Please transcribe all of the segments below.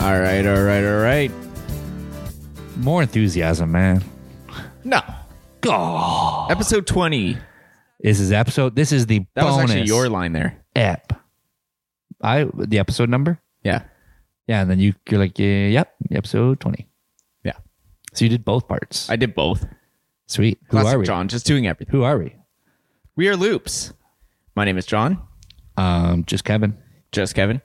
All right, all right, all right. More enthusiasm, man. No. Oh. Episode 20. This is episode. This is the That bonus was actually your line there. ep. I the episode number. Yeah. Yeah, and then you you're like, yeah, yep, episode twenty. Yeah. So you did both parts. I did both. Sweet. Who Classic are we? John, just doing everything. Who are we? We are Loops. My name is John, Um, just Kevin. just Kevin,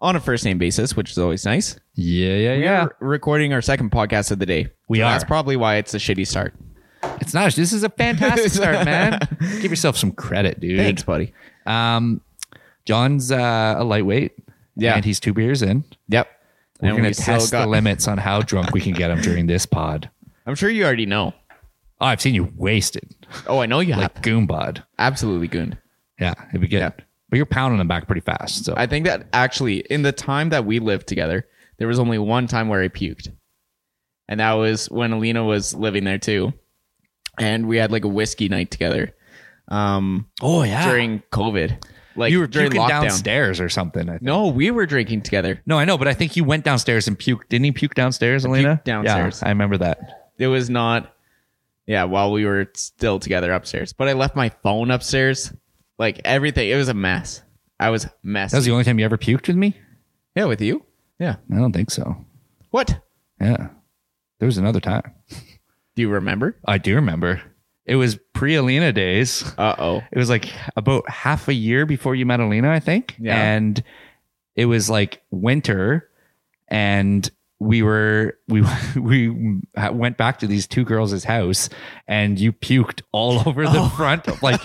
on a first name basis, which is always nice. Yeah, yeah, We are recording our second podcast of the day. We So That's are. probably why it's a shitty start. It's not. This is a fantastic start, man. Give yourself some credit, dude. Thanks, buddy. Um, John's uh, a lightweight. Yeah. and he's two beers in. Yep. We're And gonna we still test the got- limits on how drunk we can get him during this pod. I'm sure you already know. Oh, I've seen you wasted, Oh, I know you have. like goombod. Absolutely good. Yeah, it'd be good. Yeah. But you're pounding him back pretty fast. So I think that actually, in the time that we lived together, there was only one time where I puked. And that was when Alina was living there too. And we had like a whiskey night together um, oh yeah, during COVID. Like you were during puking lockdown. downstairs or something. I think. No, we were drinking together. No, I know, but I think you went downstairs and puked. Didn't he puke downstairs, Elena? puked downstairs. Yeah, I remember that. It was not, yeah, while we were still together upstairs. But I left my phone upstairs. Like everything, it was a mess. I was messy. That was the only time you ever puked with me. yeah, with you? Yeah. I don't think so. What? Yeah, there was another time. Do you remember? I do remember. It was pre Alina days. Uh oh. It was like about half a year before you met Alina, I think. Yeah. And it was like winter, and we were we we went back to these two girls' house, and you puked all over the front. Of, like,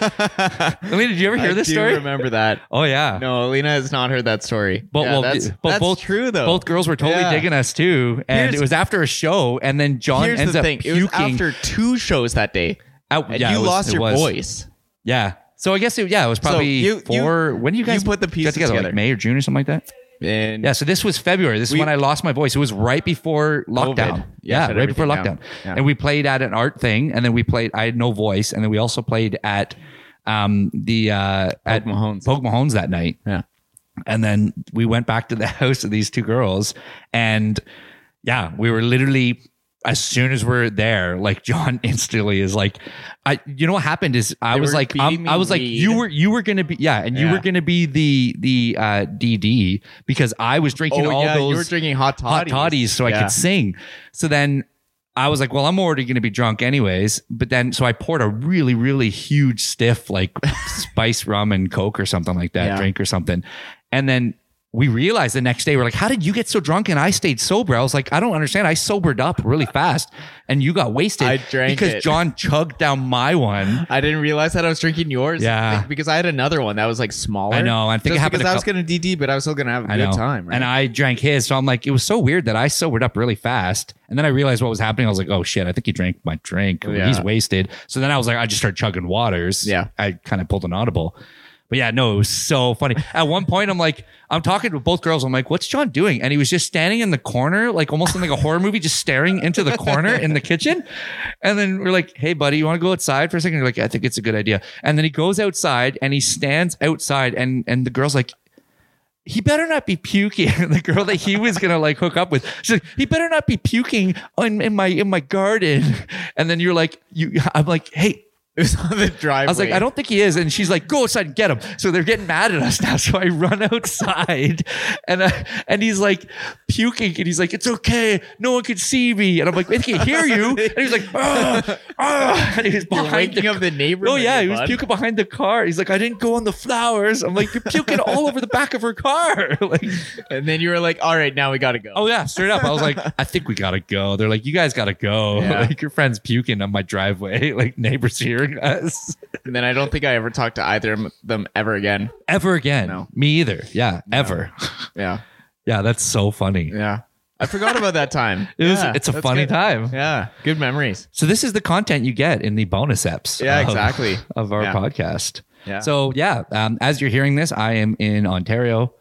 Alina, did you ever hear Oh. I this do story? remember that. Oh yeah. No, Alina has not heard that story. But Yeah, well, that's, d- but that's both true though. Both girls were totally Yeah. digging us too, and Here's- it was after a show, and then John Here's ends the up thing: it puking. was after two shows that day, out, and yeah, you it was- lost it your was. voice. Yeah. So I guess it, yeah, it was probably you- you- four. when do you you guys put the pieces got together? together. Like May or June or something like that. And Yeah. So this was February. This We- is when I lost my voice. It was right before lockdown. shut Yeah, right everything before down. lockdown. Yeah. And we played at an art thing, and then we played. I had no voice, and then we also played at um the uh at Poke Mahone's. Poke Mahone's that night. yeah, And then we went back to the house of these two girls. And yeah, we were literally as soon as we're there, like John instantly is like, I you know what happened is I They was were like feeding um, me I was like you weed. were you were gonna be yeah, and you Yeah. were gonna be the the uh DD because I was drinking oh all yeah, those you were drinking hot hot toddies, toddies so I Yeah. could sing. So then I was like, well, I'm already going to be drunk anyways. But then, so I poured a really, really huge stiff, like spice rum and Coke or something like that, Yeah. drink or something. And then we realized the next day, we're like, how did you get so drunk and I stayed sober? I was like, I don't understand. I sobered up really fast and you got wasted I drank because it. John chugged down my one. I didn't realize that I was drinking yours. Yeah. I think because I had another one that was like smaller. I know, I think it Just happened because I a was going to DD, but I was still going to have a I good know. time. Right? And I drank his. So I'm like, it was so weird that I sobered up really fast. And then I realized what was happening. I was like, oh shit, I think he drank my drink. Yeah. He's wasted. So then I was like, I just started chugging waters. Yeah. I kind of pulled an audible. But yeah, no, it was so funny. At one point, I'm like, I'm talking to both girls. I'm like, what's John doing? And he was just standing in the corner, like almost in like a horror movie, just staring into the corner in the kitchen. And then we're like, hey, buddy, you want to go outside for a second? You're like, I think it's a good idea. And then he goes outside and he stands outside and and the girl's like, he better not be puking. the girl that he was gonna like hook up with, she's like, he better not be puking in, in my in my garden. And then you're like, you, I'm like, hey. it was on the driveway. I was like, I don't think he is. And she's like, go outside and get him. So they're getting mad at us now. So I run outside and I, and he's like puking and he's like, it's okay. No one can see me. And I'm like, they can hear you. And he's like, oh, oh. And he was You're behind waking the up the neighborhood. Oh yeah, he bud. was puking behind the car. He's like, I didn't go on the flowers. I'm like, you're puking all over the back of her car. like, And then you were like, all right, now we got to go. oh yeah, straight up. I was like, I think we gotta go. They're like, you guys gotta go. Yeah. Like your friend's puking on my driveway. Like neighbors hearing us. And then I don't think I ever talked to either of them ever again. Ever again? No. Me either. Yeah, ever. Yeah. Yeah, that's so funny. Yeah. I forgot about that time. It was. Yeah, it's a that's funny good. time. Yeah. Good memories. So this is the content you get in the bonus apps. Yeah, of- exactly. Of our Yeah. podcast. Yeah. So yeah, um, as you're hearing this, I am in Ontario,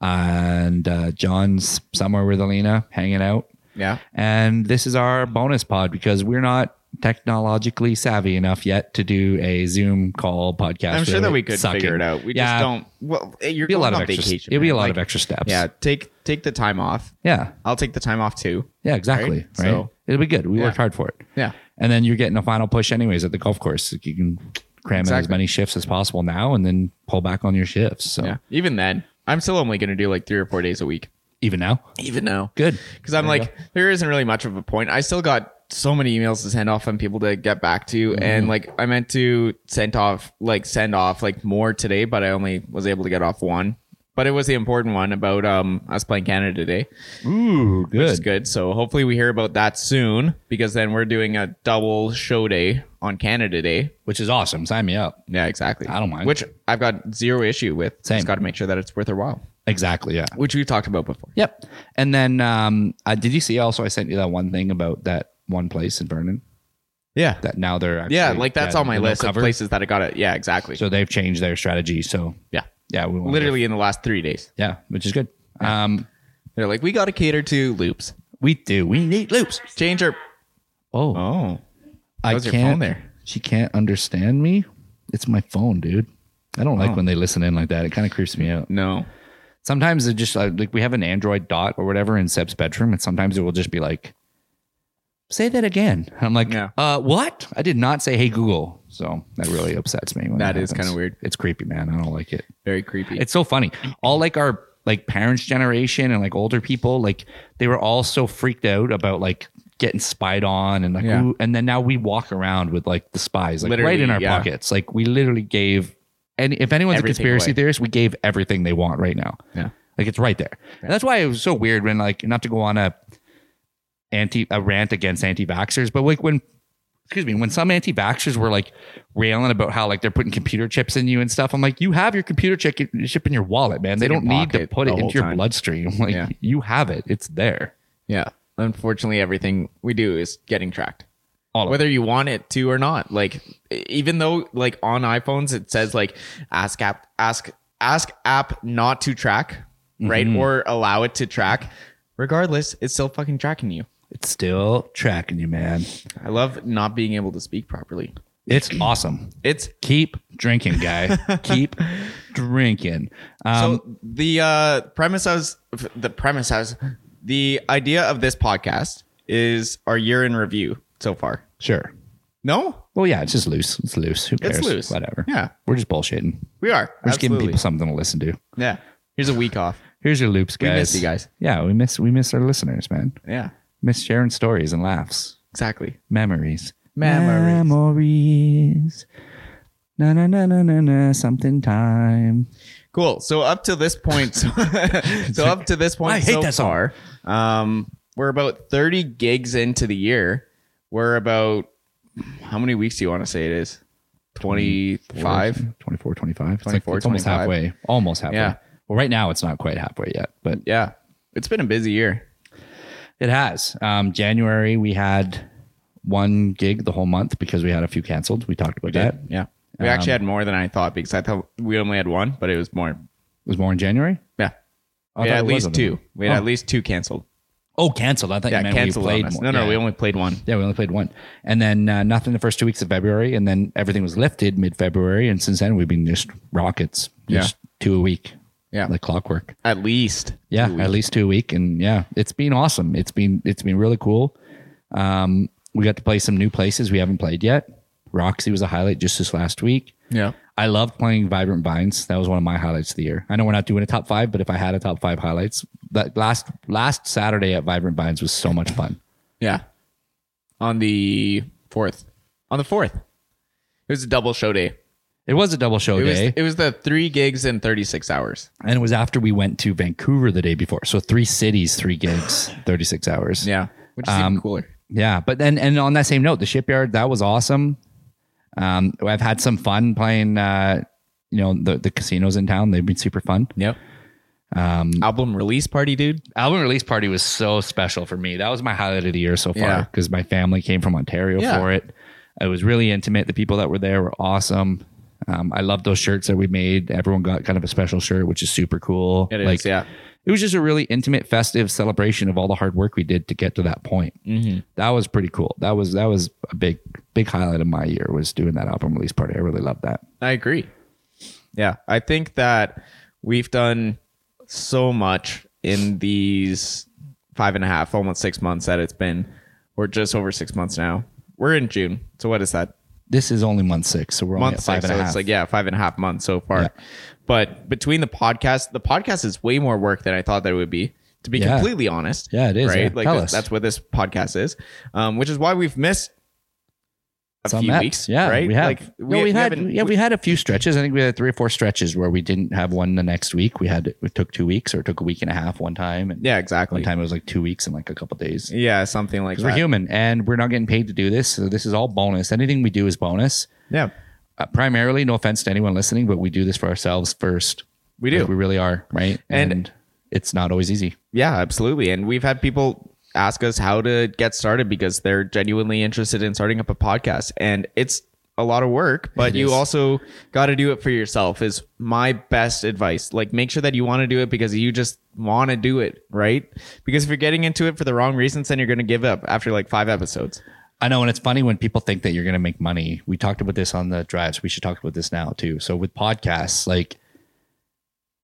and uh, John's somewhere with Alina hanging out, Yeah. and this is our bonus pod because we're not technologically savvy enough yet to do a Zoom call podcast. I'm sure with that it. we could Suck figure it out. We Yeah. just don't. Well, eh, you're It'd be a going lot of on extra. vacation. it'd be a man. lot Like, of extra steps. Yeah, take take the time off. yeah, I'll take the time off too. yeah, exactly. Right. Right? So- it'll be good. We Yeah. worked hard for it. Yeah, and then you're getting a final push anyways at the golf course. You can cram in as Exactly. many shifts as possible now, and then pull back on your shifts. So yeah. Even then, I'm still only going to do like three or four days a week. even now, Even now, good. because I'm like, there isn't really much of a point. I still got so many emails to send off and people to get back to, Mm. and like I meant to send off like send off like more today, but I only was able to get off one. But it was the important one about um us playing Canada today, Ooh, which is good. good. So hopefully we hear about that soon because then we're doing a double show day on Canada Day. Which is awesome. Sign me up. Yeah, exactly. I don't mind. Which I've got zero issue with. Same. Just got to make sure that it's worth our while, Exactly. Yeah. which we've talked about before. Yep. And then, um, uh, did you see? Also, I sent you that one thing about that one place in Vernon Yeah. that now they're actually, Yeah, like that's yeah, on my they're no list cover. of places that I got it. Yeah, exactly. So they've changed their strategy. So yeah. yeah, we won't- Literally in the last three days. yeah, which is good. Um, They're like, we got to cater to loops. we do. We need loops. Change our. Oh, Oh, I was your can't. phone there? She can't understand me. It's my phone, dude. I don't like Oh. when they listen in like that. It kind of creeps me out. no. Sometimes it just uh, like, like we have an Android dot or whatever in Seb's bedroom, and sometimes it will just be like, "Say that again." I'm like, Yeah. "Uh, what? I did not say, hey Google." So that really upsets me. when That is happens. kinda weird. It's creepy, man. I don't like it. Very creepy. It's so funny. All like our like parents' generation and like older people, like they were all so freaked out about like getting spied on and like Yeah. who, and then now we walk around with like the spies like Literally, right in our yeah. pockets. Like we literally gave any if anyone's Everything a conspiracy away. theorist, we gave everything they want right now. Yeah. Like it's right there. And that's why it was so weird when like not to go on a anti a rant against anti-vaxxers, but like when excuse me, when some anti-vaxxers were like railing about how like they're putting computer chips in you and stuff, I'm like, you have your computer chip, chip in your wallet, man. they in don't your need to pocket put it the into whole your time. bloodstream. Like Yeah. you have it. It's there. yeah. Unfortunately, everything we do is getting tracked, All of it. whether you want it to or not. Like, e- even though like on iPhones it says like ask app ask ask app not to track, Mm-hmm. right, or allow it to track. Regardless, it's still fucking tracking you. It's still tracking you, man. I love not being able to speak properly. It's awesome. It's Keep drinking, guy. Keep drinking. Um, so the uh, premise I was the premise I was the idea of this podcast is our year in review so far. sure. No, Well, yeah, it's just loose. It's loose. Who cares? It's loose. Whatever. Yeah, We're just bullshitting. we are. We're just giving Absolutely. people something to listen to. Yeah, here's a week off. Here's your loops, guys. We missed you guys. Yeah, we miss we miss our listeners, man. Yeah, Miss sharing stories and laughs. exactly. Memories. Memories. Memories. Na na na na na na something time. Cool. So up to this point, so, so up to this point, I hate so that song. far, um, we're about 30 gigs into the year. We're about how many weeks do you want to say it is? 25. 24, 25. It's 24, it's almost 25. halfway. Almost halfway. Yeah. Well, right now it's not quite halfway yet, but Yeah, it's been a busy year. it has. Um, January we had one gig the whole month because we had a few canceled. We talked about that. It Yeah. Um, We actually had more than I thought because I thought we only had one, but it was more. was more in January. Yeah. Oh, I we thought had at it was least on the- two. We had Oh. at least two canceled. Oh, canceled. I thought Yeah, you meant canceled we on played us. more. No, no, Yeah. we only played one. Yeah, we only played one. And then uh, nothing the first two weeks of February. And then everything was lifted mid February. And since then, we've been just rockets, just two a week, Yeah. like clockwork. At least. Yeah, at least two a week. And yeah, it's been awesome. It's been it's been really cool. Um, we got to play some new places we haven't played yet. Roxy was a highlight just this last week. Yeah. I loved playing Vibrant Vines. That was one of my highlights of the year. I know we're not doing a top five, but if I had a top five highlights, that last last Saturday at Vibrant Vines was so much fun. Yeah. On the fourth. On the fourth. It was a double show day. It was a double show It was day. it was the three gigs in thirty six hours. And it was after we went to Vancouver the day before. So three cities, three gigs, 36 hours. Yeah. Um, Which is even cooler. Yeah. But then, and on that same note, the shipyard, that was awesome. Um, I've had some fun playing, uh, you know, the, the casinos in town. They've been super fun. Yep. Um album release party, dude. Album release party was so special for me. That was my highlight of the year so far Yeah. because my family came from Ontario Yeah. for it. It was really intimate. The people that were there were awesome. Um, I love those shirts that we made. Everyone got kind of a special shirt, which is super cool. It is, Like, yeah. It was just a really intimate, festive celebration of all the hard work we did to get to that point. Mm-hmm. That was pretty cool. That was that was a big big highlight of my year was doing that album release party. I really loved that. I agree. Yeah, I think that we've done so much in these five and a half, almost six months that it's been. We're just over six months now. We're in June, so what is that? This is only month six, so we're only Month at five six, and a so half. it's like yeah, five and a half months so far. Yeah. But between the podcast, the podcast is way more work than I thought that it would be. To be Yeah. completely honest, Yeah, it is, right. yeah. Like Tell that- us. that's what this podcast is, um, which is why we've missed a Some few eps. weeks. Yeah, right. we have. Like no, we, had haven't- yeah, we had a few stretches. I think we had three or four stretches where we didn't have one the next week. We had it took two weeks or it took a week and a half one time. And yeah, one exactly. time it was like two weeks and like a couple days. Yeah, something like 'Cause that. we're human and we're not getting paid to do this. So this is all bonus. Anything we do is bonus. Yeah, Uh, primarily, no offense to anyone listening, but we do this for ourselves first. we do. Like, we really are, right? And- it's not always easy. Yeah, absolutely. And we've had people ask us how to get started because they're genuinely interested in starting up a podcast. And it's a lot of work, but It you is. also got to do it for yourself, is my best advice. Like, make sure that you want to do it because you just want to do it, right? Because if you're getting into it for the wrong reasons, then you're going to give up after like five episodes. I know, and it's funny when people think that you're going to make money. We talked about this on the drives. We should talk about this now too. So with podcasts, like,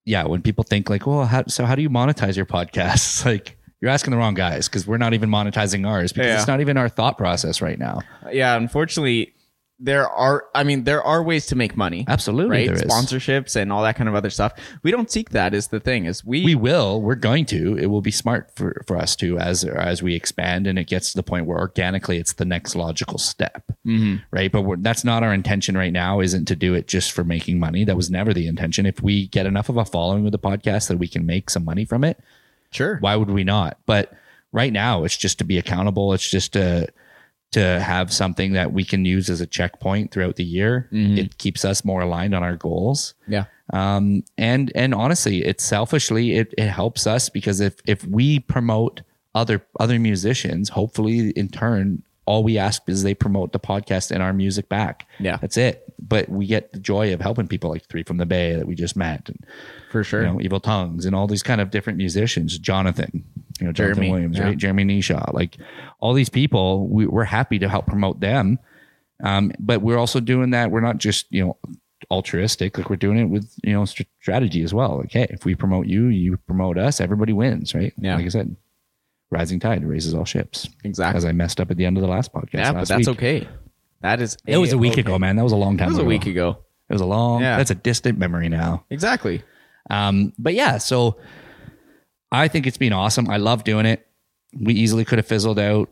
yeah, when people think like, well, how, so how do you monetize your podcasts? Like, you're asking the wrong guys because we're not even monetizing ours because Yeah. it's not even our thought process right now. Yeah, unfortunately, there are, I mean, there are ways to make money. Absolutely, Right, there is. sponsorships and all that kind of other stuff. We don't seek that. Is the thing is We will. We're going to. It will be smart for, for us to as as we expand and it gets to the point where organically it's the next logical step. right? But we're, that's not our intention right now. Isn't to do it just for making money. That was never the intention. If we get enough of a following with the podcast that we can make some money from it, sure. why would we not? But right now, it's just to be accountable. It's just to to have something that we can use as a checkpoint throughout the year. Mhm. It keeps us more aligned on our goals. Yeah. Um, and and honestly, it selfishly it it helps us because if if we promote other other musicians, hopefully in turn, all we ask is they promote the podcast and our music back. Yeah. That's it. But we get the joy of helping people like Three from the Bay that we just met and For sure. you know, Evil Tongues and all these kind of different musicians, Jonathan, you know, Jonathan Jeremy, Williams, yeah. right? Jeremy Nisha, like all these people, we, we're happy to help promote them. Um, but we're also doing that. We're not just, you know, altruistic, like we're doing it with, you know, str- strategy as well. Like, hey, if we promote you, you promote us, everybody wins, right? Yeah. Like I said, rising tide raises all ships. Exactly. As I messed up at the end of the last podcast. Yeah, but last that's week. okay. That is. It was a week okay. ago, man. That was a long time It was ago. a week ago. It was a long, Yeah. that's a distant memory now. Exactly. Um, but yeah, so I think it's been awesome. I love doing it. We easily could have fizzled out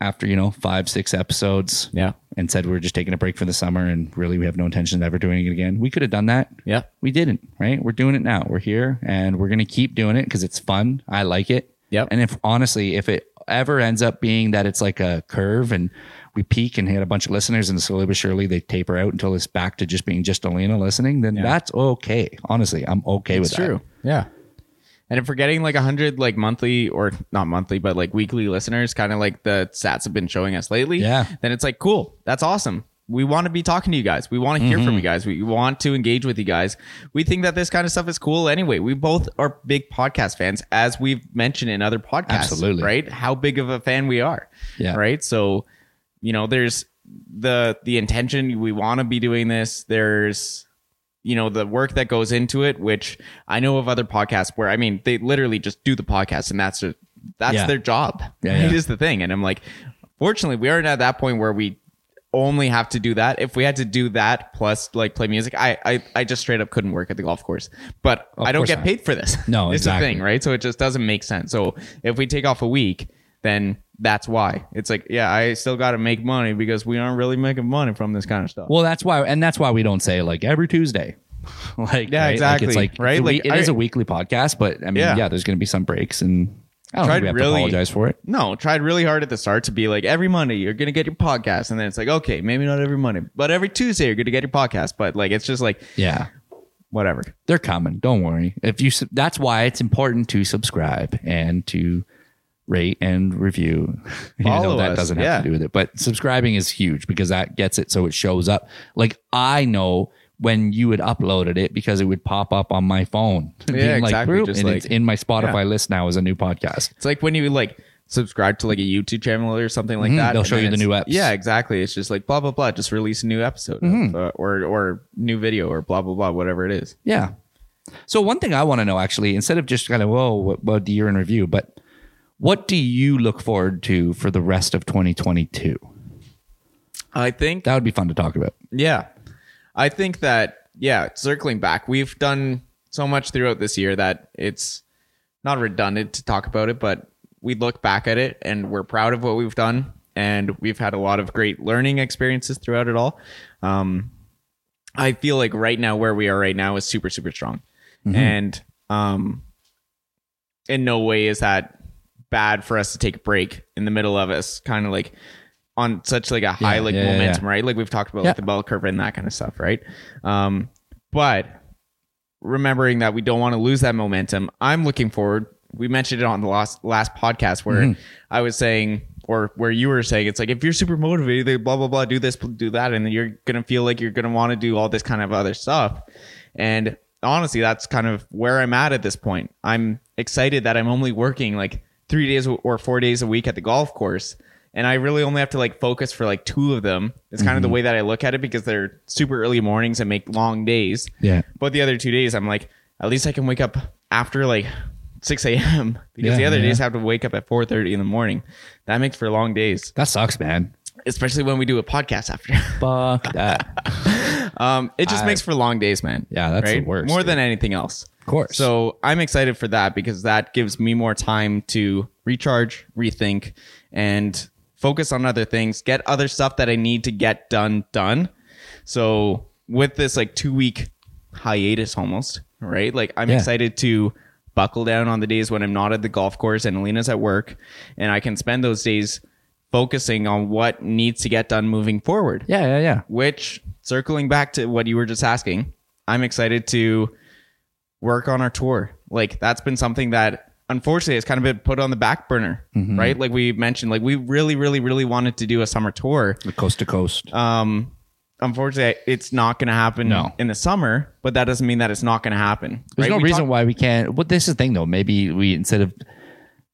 after, you know, five, six episodes Yeah. and said we are just taking a break for the summer and really we have no intention of ever doing it again. We could have done that. Yeah. We didn't, right? We're doing it now. We're here and we're going to keep doing it because it's fun. I like it. Yep. And if honestly, if it ever ends up being that it's like a curve and we peak and hit a bunch of listeners and slowly but surely they taper out until it's back to just being just Elena listening, then that's okay. Honestly, I'm okay with It's that. true. Yeah. And if we're getting like 100 like monthly or not monthly, but like weekly listeners, kind of like the stats have been showing us lately, Yeah. then it's like, cool. That's awesome. We want to be talking to you guys. We want to hear Mm-hmm. from you guys. We want to engage with you guys. We think that this kind of stuff is cool anyway. We both are big podcast fans, as we've mentioned in other podcasts. Absolutely. Right? How big of a fan we are. Yeah. Right. So, you know, there's the the intention we want to be doing this. There's you know the work that goes into it which i know of other podcasts where i mean they literally just do the podcast and that's their, that's Yeah. their job Yeah, yeah. it is the thing and i'm like fortunately we aren't at that point where we only have to do that if we had to do that plus like play music i i, I just straight up couldn't work at the golf course but Of i don't course get not. paid for this No, it's exactly. the thing right so it just doesn't make sense so if we take off a week then that's why it's like yeah i still got to make money because we aren't really making money from this kind of stuff Well, that's why, and that's why we don't say like every Tuesday. like Yeah, right? Like, exactly. it's like Right? it's a Like, wee- it is I- a weekly podcast, but I mean, Yeah. yeah, there's going to be some breaks, and I don't Tried think we have to really- apologize for it. No, tried really hard at the start to be like every Monday you're gonna get your podcast, and then it's like okay, maybe not every Monday, but every Tuesday you're gonna get your podcast. But like it's just like Yeah, whatever. they're coming. Don't worry. If you, su- that's why it's important to subscribe and to rate and review. you Follow know, that us, doesn't yeah. have to do with it, but subscribing is huge because that gets it so it shows up. Like I know when you had uploaded it because it would pop up on my phone. Yeah, exactly, "Broop," just and like- it's in my Spotify list now as a new podcast. It's like when you like subscribe to like a YouTube channel or something like Mhm, that. they'll and show then you the it's- new apps. Yeah, exactly. It's just like blah blah blah. Just release a new episode of, Mm-hmm. uh, or or new video or blah blah blah whatever it is. Yeah. So one thing I want to know actually, instead of just kind of whoa, what, what the year in review, but what do you look forward to for the rest of 2022? I think That would be fun to talk about. Yeah. I think that, yeah, circling back, we've done so much throughout this year that it's not redundant to talk about it, but we look back at it and we're proud of what we've done. And we've had a lot of great learning experiences throughout it all. Um, I feel like right now, where we are right now is super, super strong. Mm-hmm. And um, in no way is that bad for us to take a break in the middle of us kind of like on such like a high Yeah, like yeah, yeah, momentum right like we've talked about Yeah. like the bell curve and that kind of stuff right um but remembering that we don't want to lose that momentum i'm looking forward we mentioned it on the last last podcast where i was saying or where you were saying it's like if you're super motivated they blah blah blah do this do that and you're gonna feel like you're gonna want to do all this kind of other stuff and honestly, that's kind of where I'm at at this point. I'm excited that I'm only working like three days or four days a week at the golf course. And I really only have to like focus for like two of them. It's kind of the way that I look at it because they're super early mornings and make long days. Yeah. But the other two days, I'm like, at least I can wake up after like 6 a.m. because Yeah, the other yeah. days I have to wake up at 4:30 in the morning. That makes for long days, That sucks, man. especially when we do a podcast after. Fuck that. Um, it just makes for long days, man. Yeah, that's the worst, More dude. than anything else. Of course. So I'm excited for that because that gives me more time to recharge, rethink, and focus on other things, get other stuff that I need to get done done. So with this like two week hiatus almost, right? Like I'm Yeah. excited to buckle down on the days when I'm not at the golf course and Alina's at work and I can spend those days focusing on what needs to get done moving forward Yeah, yeah, yeah. which circling back to what you were just asking, I'm excited to work on our tour. Like that's been something that unfortunately has kind of been put on the back burner, Mm-hmm. right? Like we mentioned, like we really, really, really wanted to do a summer tour. The coast to coast. Um, unfortunately, it's not going to happen No. in the summer, but that doesn't mean that it's not going to happen. There's right? no We reason talked- why we can't. But this is the thing, though. Maybe we instead of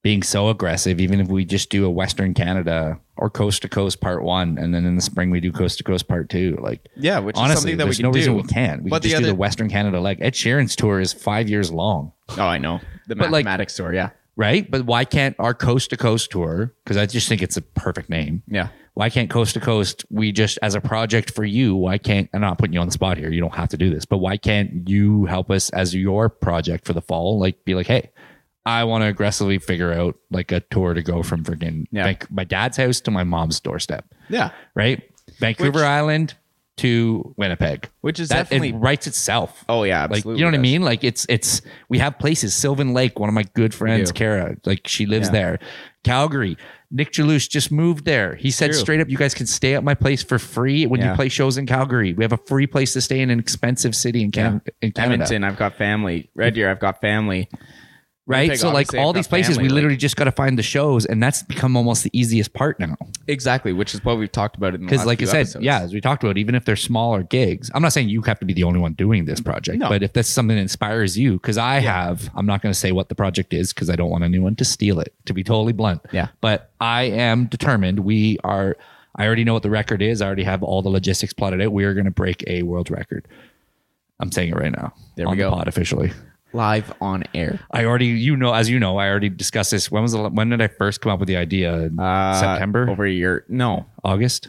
being so aggressive, even if we just do a Western Canada or coast to coast part one, and then in the spring we do coast to coast part two. Like, yeah, which is honestly, something that we there's can no do. reason we can't. We but can just the do other, the Western Canada leg. Ed Sheeran's tour is five years long, oh, I know the But, like- mathematics tour. Yeah, right? But why can't our coast to coast tour? Because I just think it's a perfect name. yeah. Why can't coast to coast? We just as a project for you. Why can't? I'm not putting you on the spot here. You don't have to do this, but why can't you help us as your project for the fall? Like, be like, hey, I want to aggressively figure out like a tour to go from freaking Yeah. like my dad's house to my mom's doorstep, Yeah, right? Vancouver Which- Island to Winnipeg. which is That definitely. it writes itself. oh yeah, Like absolutely. you know what I does. mean? Like it's it's we have places. Sylvan Lake, one of my good friends, do. Kara, like she lives Yeah. there. Calgary, Nick Jalush just moved there. He said True. straight up, you guys can stay at my place for free when you Yeah. play shows in Calgary. We have a free place to stay in an expensive city in, Can- in Canada, Edmonton, I've got family. Red Deer, I've got family. right? Winnipeg, so like obviously, all I've got these places, family, we like- literally just got to find the shows, and that's become almost the easiest part now. Exactly, which is what we've talked about in the because last like I few said, episodes. yeah, as we talked about, even if they're smaller gigs, I'm not saying you have to be the only one doing this project, No. but if that's something that inspires you, because I have, I'm not going to say what the project is because I don't want anyone to steal it. To be totally blunt, Yeah. But I am determined. We are. I already know what the record is. I already have all the logistics plotted out. We are going to break a world record. I'm saying it right now. There we on go. The pod officially. live on air. I already, you know, as you know, I already discussed this. When was the, when did I first come up with the idea? In Uh, September, over a year. No, August.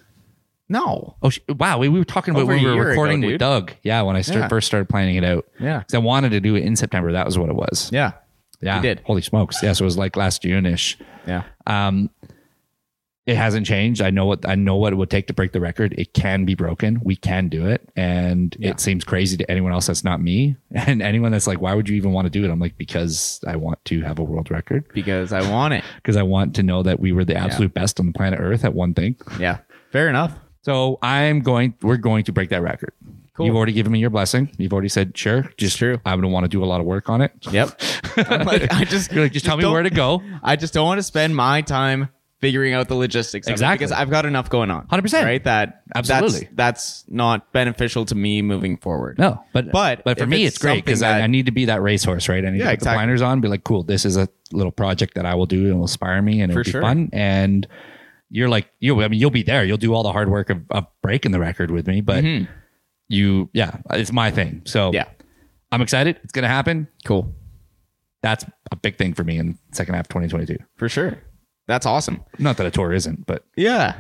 no. Oh, sh- wow. We, we were talking about Over when a we were year ago, recording with dude. Doug. Yeah, when I start, Yeah. first started planning it out. Yeah. 'Cause I wanted to do it in September. That was what it was. Yeah, Yeah. you did. Holy smokes. Yeah. So it was like last June ish. yeah. Um, it hasn't changed. I know what I know what it would take to break the record. It can be broken. We can do it, and Yeah. it seems crazy to anyone else that's not me. And anyone that's like, "Why would you even want to do it?" I'm like, "Because I want to have a world record. Because I want it. Because I want to know that we were the absolute best on the planet Earth at one thing." Yeah, fair enough. So I'm going. We're going to break that record. Cool. You've already given me your blessing. You've already said sure. Just true. I would want to do a lot of work on it. Yep. I'm like, I just You're like, just, tell me don't- where to go. I just don't want to spend my time figuring out the logistics. of it Exactly. because I've got enough going on. 100%. Right. That Absolutely. That's, that's not beneficial to me moving forward. No, but But but, for if me, it's it's great because something I, that- I need to be that racehorse, right? I need Yeah, to put exactly. the blinders on, and be like, cool, this is a little project that I will do and will inspire me and For it'll be sure. fun. And you're like, you, I mean, you'll be there. You'll do all the hard work of, of breaking the record with me, but Mhm. you, yeah, it's my thing. So Yeah. I'm excited. It's gonna happen. Cool. That's a big thing for me in second half 2022. For sure. That's awesome. Not that a tour isn't, but Yeah.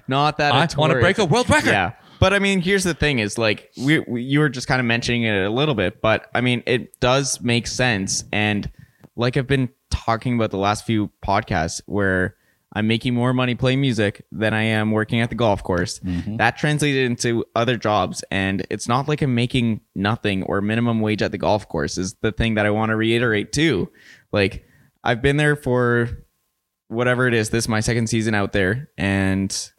not that I it's want to worth- break a world record. Yeah. But I mean, here's the thing is like we, we you were just kind of mentioning it a little bit, but I mean, it does make sense and like I've been talking about the last few podcasts where I'm making more money playing music than I am working at the golf course. That translated into other jobs and it's not like I'm making nothing or minimum wage at the golf course is the thing that I want to reiterate too. Like I've been there for whatever it is, this is my second season out there and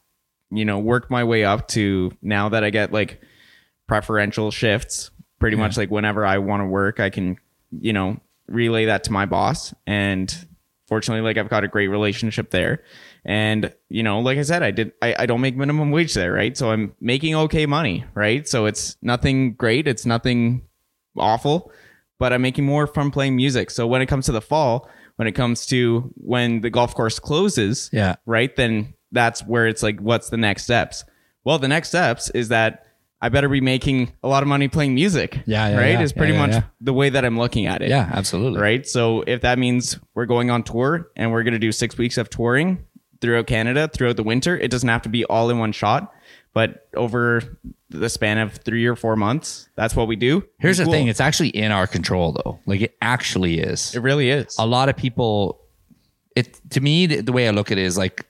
you know, worked my way up to now that I get like preferential shifts, pretty much like whenever I want to work, I can, you know, relay that to my boss. And fortunately, like I've got a great relationship there. And, you know, like I said, I did, I, I don't make minimum wage there, right? So I'm making okay money, right? So it's nothing great, it's nothing awful, but I'm making more from playing music. So when it comes to the fall, when it comes to when the golf course closes, Yeah. right then that's where it's like what's the next steps well the next steps is that i better be making a lot of money playing music Yeah, yeah, right yeah. is pretty Yeah, yeah, much yeah. the way that i'm looking at it Yeah, absolutely. right so if that means we're going on tour and we're going to do six weeks of touring throughout canada throughout the winter it doesn't have to be all in one shot but over the span of three or four months that's what we do Here's the Cool. thing. It's actually in our control though. Like it actually is. it really is a lot of people it to me the, the way i look at it is like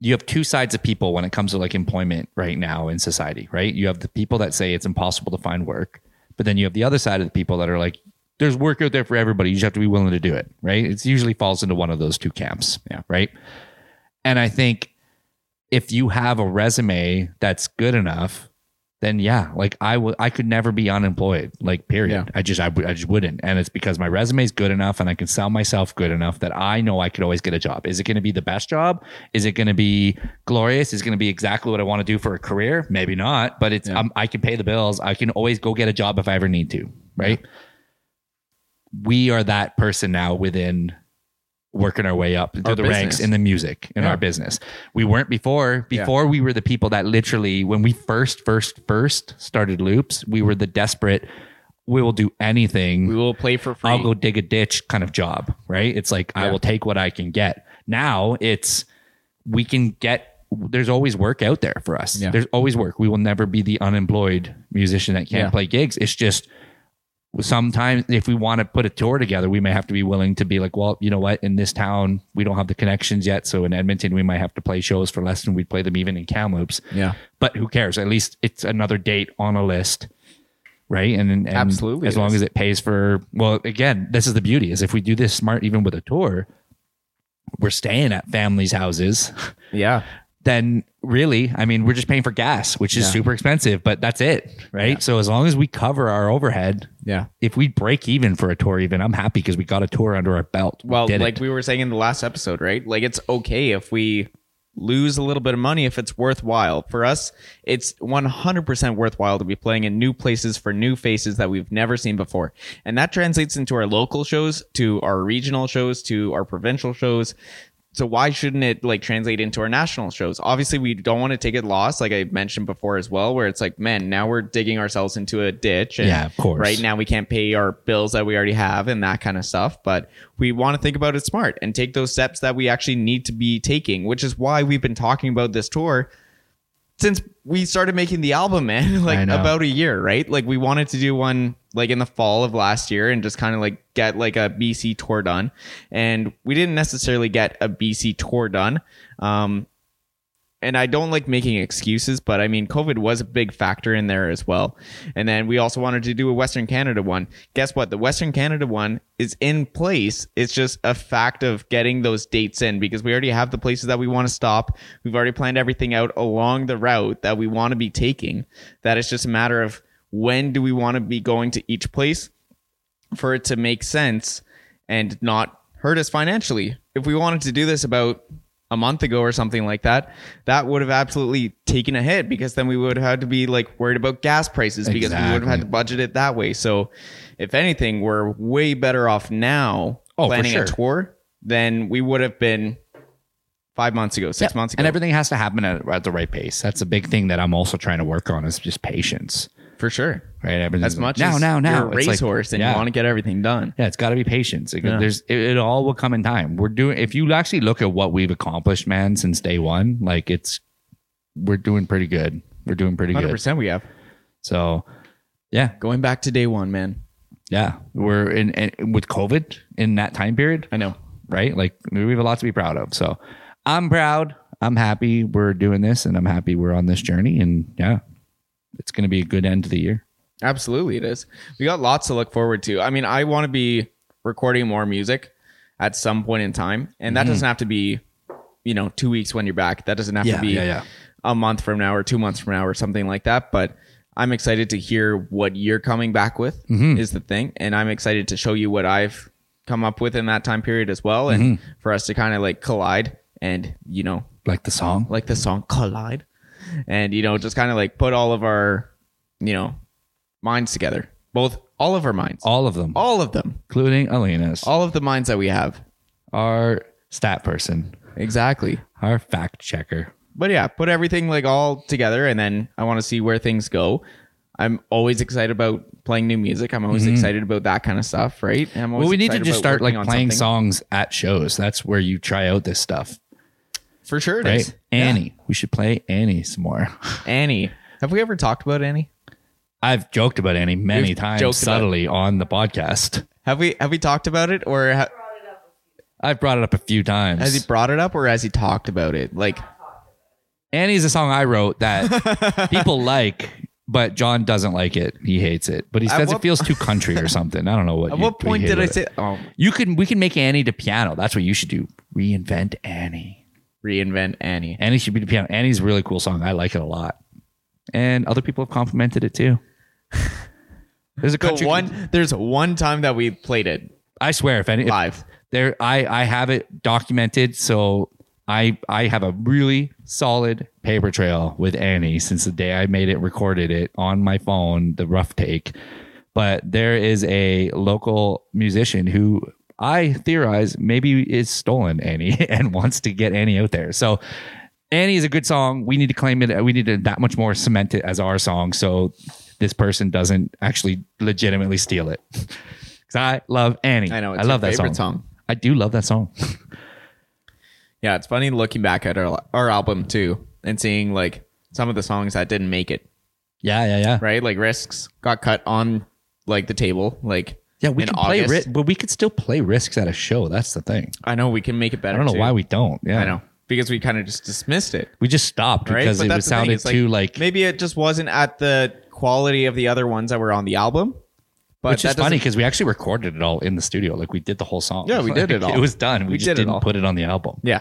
you have two sides of people when it comes to like employment right now in society right you have the people that say it's impossible to find work but then you have the other side of the people that are like there's work out there for everybody you just have to be willing to do it right it usually falls into one of those two camps Yeah. right and i think if you have a resume that's good enough then yeah, like I would, I could never be unemployed. Like period. Yeah. I just, I, would- I just wouldn't. And it's because my resume is good enough, and I can sell myself good enough that I know I could always get a job. Is it going to be the best job? Is it going to be glorious? Is it going to be exactly what I want to do for a career? Maybe not, but it's Yeah. um, I can pay the bills. I can always go get a job if I ever need to. Right. We are that person now within working our way up through Our the ranks business. in the music in Yeah. our business. We weren't before. Yeah. Before we were the people that literally, when we first, first, first started loops, we were the desperate. We will do anything. we will play for free I'll go dig a ditch kind of job, right? It's like I Yeah. will take what I can get. Now it's we can get. There's always work out there for us. Yeah. There's always work. We will never be the unemployed musician that can't Yeah. play gigs. It's just sometimes if we want to put a tour together, we may have to be willing to be like, well, you know what? In this town, we don't have the connections yet. So in Edmonton, we might have to play shows for less than we'd play them even in Kamloops. yeah But who cares? At least it's another date on a list, right? And, and Absolutely as it long is. as it pays for. Well, again, this is the beauty: is if we do this smart, even with a tour, we're staying at families' houses. yeah Then really, I mean, we're just paying for gas, which is Yeah. super expensive, but that's it, right? So as long as we cover our overhead, yeah if we break even for a tour, even I'm happy because we got a tour under our belt. We well did like it. we were saying in the last episode right like it's okay if we lose a little bit of money if it's worthwhile for us it's 100% worthwhile to be playing in new places for new faces that we've never seen before and that translates into our local shows to our regional shows to our provincial shows so why shouldn't it like translate into our national shows obviously we don't want to take it loss like i mentioned before as well where it's like man now we're digging ourselves into a ditch and Yeah, of course. right now we can't pay our bills that we already have and that kind of stuff but we want to think about it smart and take those steps that we actually need to be taking which is why we've been talking about this tour since we started making the album man like I know. about a year right like we wanted to do one like in the fall of last year and just kind of like get like a bc tour done and we didn't necessarily get a bc tour done um and I don't like making excuses, but I mean, COVID was a big factor in there as well. And then we also wanted to do a Western Canada one. Guess what? The Western Canada one is in place. It's just a fact of getting those dates in because we already have the places that we want to stop. We've already planned everything out along the route that we want to be taking. That it's just a matter of when do we want to be going to each place for it to make sense and not hurt us financially. If we wanted to do this about a month ago or something like that, that would have absolutely taken a hit because then we would have had to be like worried about gas prices because we would have had Exactly. to budget it that way. So, if anything, we're way better off now Oh, for planning sure. a tour than we would have been five months ago, six Yeah, months ago. And everything has to happen at, at the right pace. That's a big thing that I'm also trying to work on is just patience, for sure. right? Everything's As much now, as now, now. you're a It's like- racehorse and yeah. you want to get everything done. Yeah, it's got to be patience. It, Yeah. There's it, it all will come in time. We're doing if you actually look at what we've accomplished, man, since day one, like it's we're doing pretty good. We're doing pretty good. 100% we have. So yeah, Going back to day one, man. yeah, we're in, in with COVID in that time period, I know. right? Like we have a lot to be proud of. So I'm proud. I'm happy we're doing this, and I'm happy we're on this journey. And yeah, it's going to be a good end to the year. Absolutely, it is. We got lots to look forward to. I mean, I want to be recording more music at some point in time, and that Mm-hmm. doesn't have to be, you know, two weeks when you're back. That doesn't have Yeah, to be yeah, yeah. a month from now or two months from now or something like that. But I'm excited to hear what you're coming back with Mm-hmm. is the thing, and I'm excited to show you what I've come up with in that time period as well, and Mm-hmm. for us to kind of like collide and you know Like the song. like the song collide and you know just kind of like put all of our you know minds together both all of our minds all, All of them, of them including Alina's, all of the minds that we have our stat person, exactly our fact checker. but yeah put everything like all together and then i want to see where things go i'm always excited about playing new music i'm always excited about that kind of stuff right And I'm Mm-hmm. Well, always we need to excited just about start like working on playing something. songs at shows. That's where you try out this stuff, for sure it right? is. Annie, we should play Annie some more. annie have we ever talked about annie I've joked about Annie many We've joked about times it. subtly on the podcast. have we have we talked about it or ha- I've brought it up a few times. has he brought it up or has he talked about it like Annie's a song I wrote that people like, but John doesn't like it. He hates it, but he At says what- it feels too country or something. I don't know what. At you- what you point hate did I about it. say? Oh, you can? We can make Annie to piano. That's what you should do. Reinvent Annie. reinvent Annie. Annie should be the piano. Annie's a really cool song. I like it a lot, and other people have complimented it too. There's The a country one there's one time that we played it I swear, if any, if live. there I I have it documented, so I I have a really solid paper trail with Annie since the day I made it, recorded it on my phone, the rough take. But there is a local musician who I theorize maybe is stolen Annie and wants to get Annie out there. So Annie is a good song. We need to claim it. We need to that much more cement it as our song. So this person doesn't actually legitimately steal it. Cause I love Annie. I know. It's I love your that favorite song. I do love that song. Yeah, it's funny looking back at our our album too and seeing like some of the songs that didn't make it. Yeah, yeah, yeah. Right, like risks got cut on like the table. Like Yeah, we in can play August. risk, but we could still play risks at a show. That's the thing. I know we can make it better. I don't know too. why we don't. Yeah, I know because we kind of just dismissed it. We just stopped Right, because But it that's was the thing, sounded it's too like. maybe it just wasn't at the quality of the other ones that were on the album. But which is that doesn't- funny because we actually recorded it all in the studio. Like we did the whole song. Yeah, we did it Like, all. It was done. We, We just did it did all. not put it on the album. Yeah,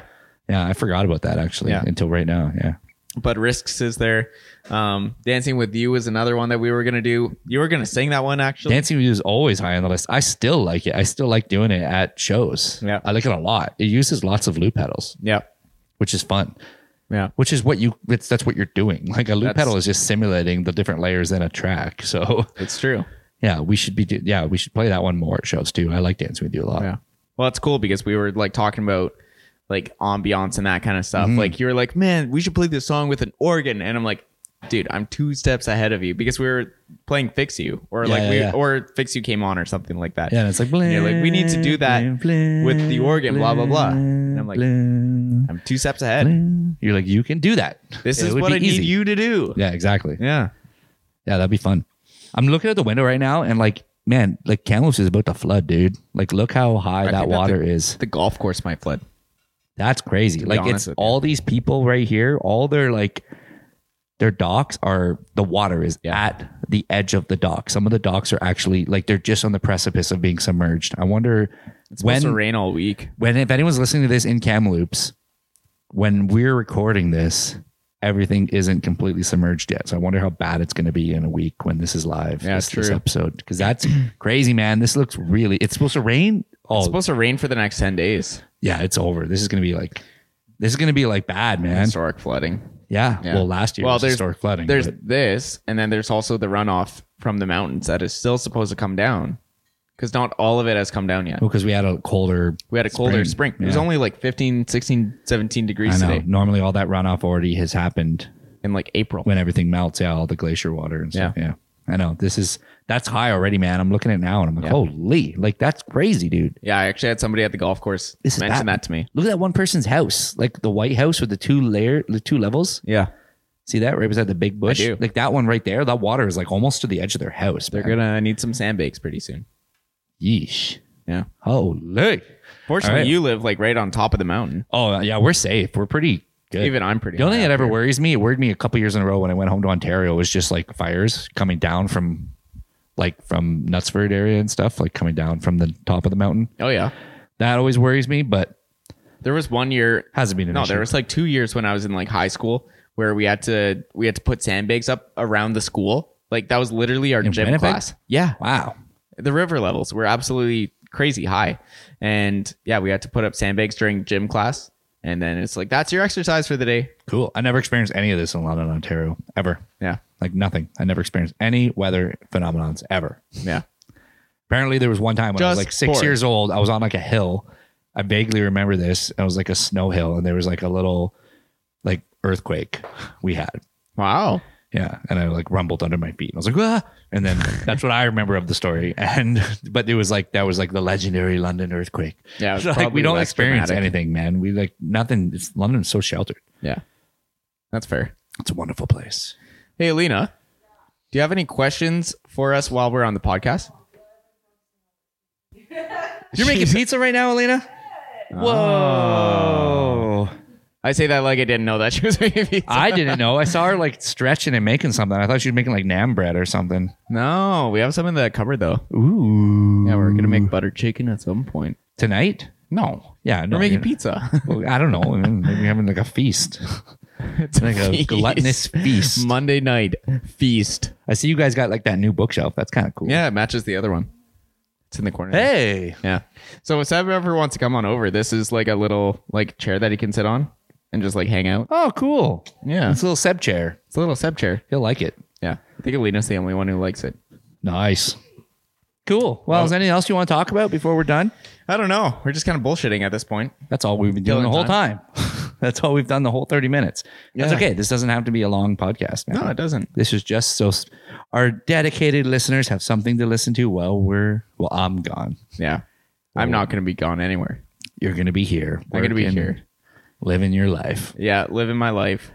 Yeah, I forgot about that actually Yeah. until right now. Yeah. but risks is there um dancing with you is another one that we were gonna do you were gonna sing that one actually Dancing with you is always high on the list. I still like it. I still like doing it at shows. Yeah. I like it a lot. It uses lots of loop pedals, yeah which is fun. yeah Which is what you it's, that's what you're doing. Like a loop That's- pedal is just simulating the different layers in a track. So it's true Yeah, we should be. Do- yeah, we should play that one more at shows too. I like dancing with you a lot. yeah well it's cool because we were like talking about like ambiance and that kind of Mm-hmm. stuff like you were like man we should play this song with an organ and i'm like dude i'm two steps ahead of you because we were playing fix you or Yeah, like yeah, we yeah. or fix you came on or something like that Yeah, and it's like, bling, you're like, we need to do that with the organ, blah, blah, blah. And I'm like- bling, i'm two steps ahead bling. you're like, you can do that. this It is would what be i easy. need you to do Yeah, exactly. yeah Yeah, that'd be fun. I'm looking out the window right now, and like, man, like Kamloops is about to flood, dude. Like, look how high that think that water is. the golf course might flood That's crazy. Like, honest it's with you. all these people right here. All their like, their docks are the water is Yeah. at the edge of the dock. Some of the docks are actually like they're just on the precipice of being submerged. I wonder it's supposed when to rain all week when if anyone's listening to this in Kamloops, when we're recording this, everything isn't completely submerged yet. So I wonder how bad it's going to be in a week when this is live. Yeah, this, this true. episode because that's crazy, man. This looks really. It's supposed to rain It's oh supposed to rain for the next 10 days. yeah, it's over. This is gonna be like this is gonna be like bad, man. Historic flooding. Yeah. Yeah. Well, last year Well, was there's- historic flooding. There's but- this, and then there's also the runoff from the mountains that is still supposed to come down because not all of it has come down yet. well, because we had a colder. We had a colder spring. It was Yeah. only like 15, 16, 17 I degrees know. today Normally, all that runoff already has happened in like April. when everything melts. Yeah, all the glacier water and stuff. Yeah. I know. This is that's high already, man. I'm looking at it now and I'm like, Yeah. holy, like that's crazy, dude. Yeah, I actually had somebody at the golf course This is mention bad. that to me. Look at that one person's house, like the White House with the two layer, the two levels. Yeah, See that right beside the big bush? do. Like that one right there. That water is like almost to the edge of their house. they're man. gonna need some sandbags pretty soon. Yeesh. Yeah. Holy. Fortunately, All right. you live like right on top of the mountain. Oh yeah, we're safe. We're pretty good. Even I'm pretty. the only thing that unhappy. ever worries me, it worried me a couple years in a row when I went home to Ontario, was just like fires coming down from like from Knutsford area and stuff, like coming down from the top of the mountain. Oh yeah, That always worries me, but there was one year. hasn't been an No, issue. there was like two years when I was in like high school where we had to we had to put sandbags up around the school. Like that was literally our gym Winnipeg? class. Yeah, wow. the river levels were absolutely crazy high, and yeah, we had to put up sandbags during gym class. And then it's like that's your exercise for the day. Cool. I never experienced any of this in London, Ontario, ever. Yeah, Like nothing. I never experienced any weather phenomenons ever. yeah. Apparently, there was one time when I was Just like six bored. years old. I was on like a hill. I vaguely remember this. It was like a snow hill, and there was like a little like earthquake we had. Wow. Yeah, and I like rumbled under my feet, and I was like, ah! And then that's what I remember of the story. And but it was like that was like the legendary London earthquake. Yeah, it's So, like probably we don't less experience dramatic. anything, man. We like nothing. It's London's so sheltered. Yeah, that's fair. It's a wonderful place. Hey, Alina, do you have any questions for us while we're on the podcast? You're making pizza right now, Elena. Whoa. Oh. I say that like I didn't know that she was making pizza. I didn't know. I saw her like stretching and making something. I thought she was making like nam bread or something. no, we have some in the cupboard though. Ooh. Yeah, we're gonna make butter chicken at some point. tonight? No. Yeah, no. We're making you're- pizza. Well, I don't know. Maybe having like a feast, it's like a feast. gluttonous feast. Monday night feast. I see you guys got like that new bookshelf. That's kind of cool. Yeah, it matches the other one. It's in the corner. Hey. Yeah. So if Seb ever wants to come on over, this is like a little like chair that he can sit on and just like hang out. Oh, cool. Yeah. It's a little Seb chair. It's a little Seb chair. He'll like it. Yeah. I think Alina's the only one who likes it. Nice. Cool. Well, is there anything else you want to talk about before we're done? I don't know. We're just kind of bullshitting at this point. That's all we've been Killing doing the whole time. That's all we've done the whole 30 minutes. That's Yeah. okay. This doesn't have to be a long podcast, man. No, it doesn't. This is just so s- our dedicated listeners have something to listen to while we're, well, I'm gone. Yeah. I'm not going to be gone anywhere. You're going to be here. I'm going to be working, here. Living your life. Yeah. Living my life,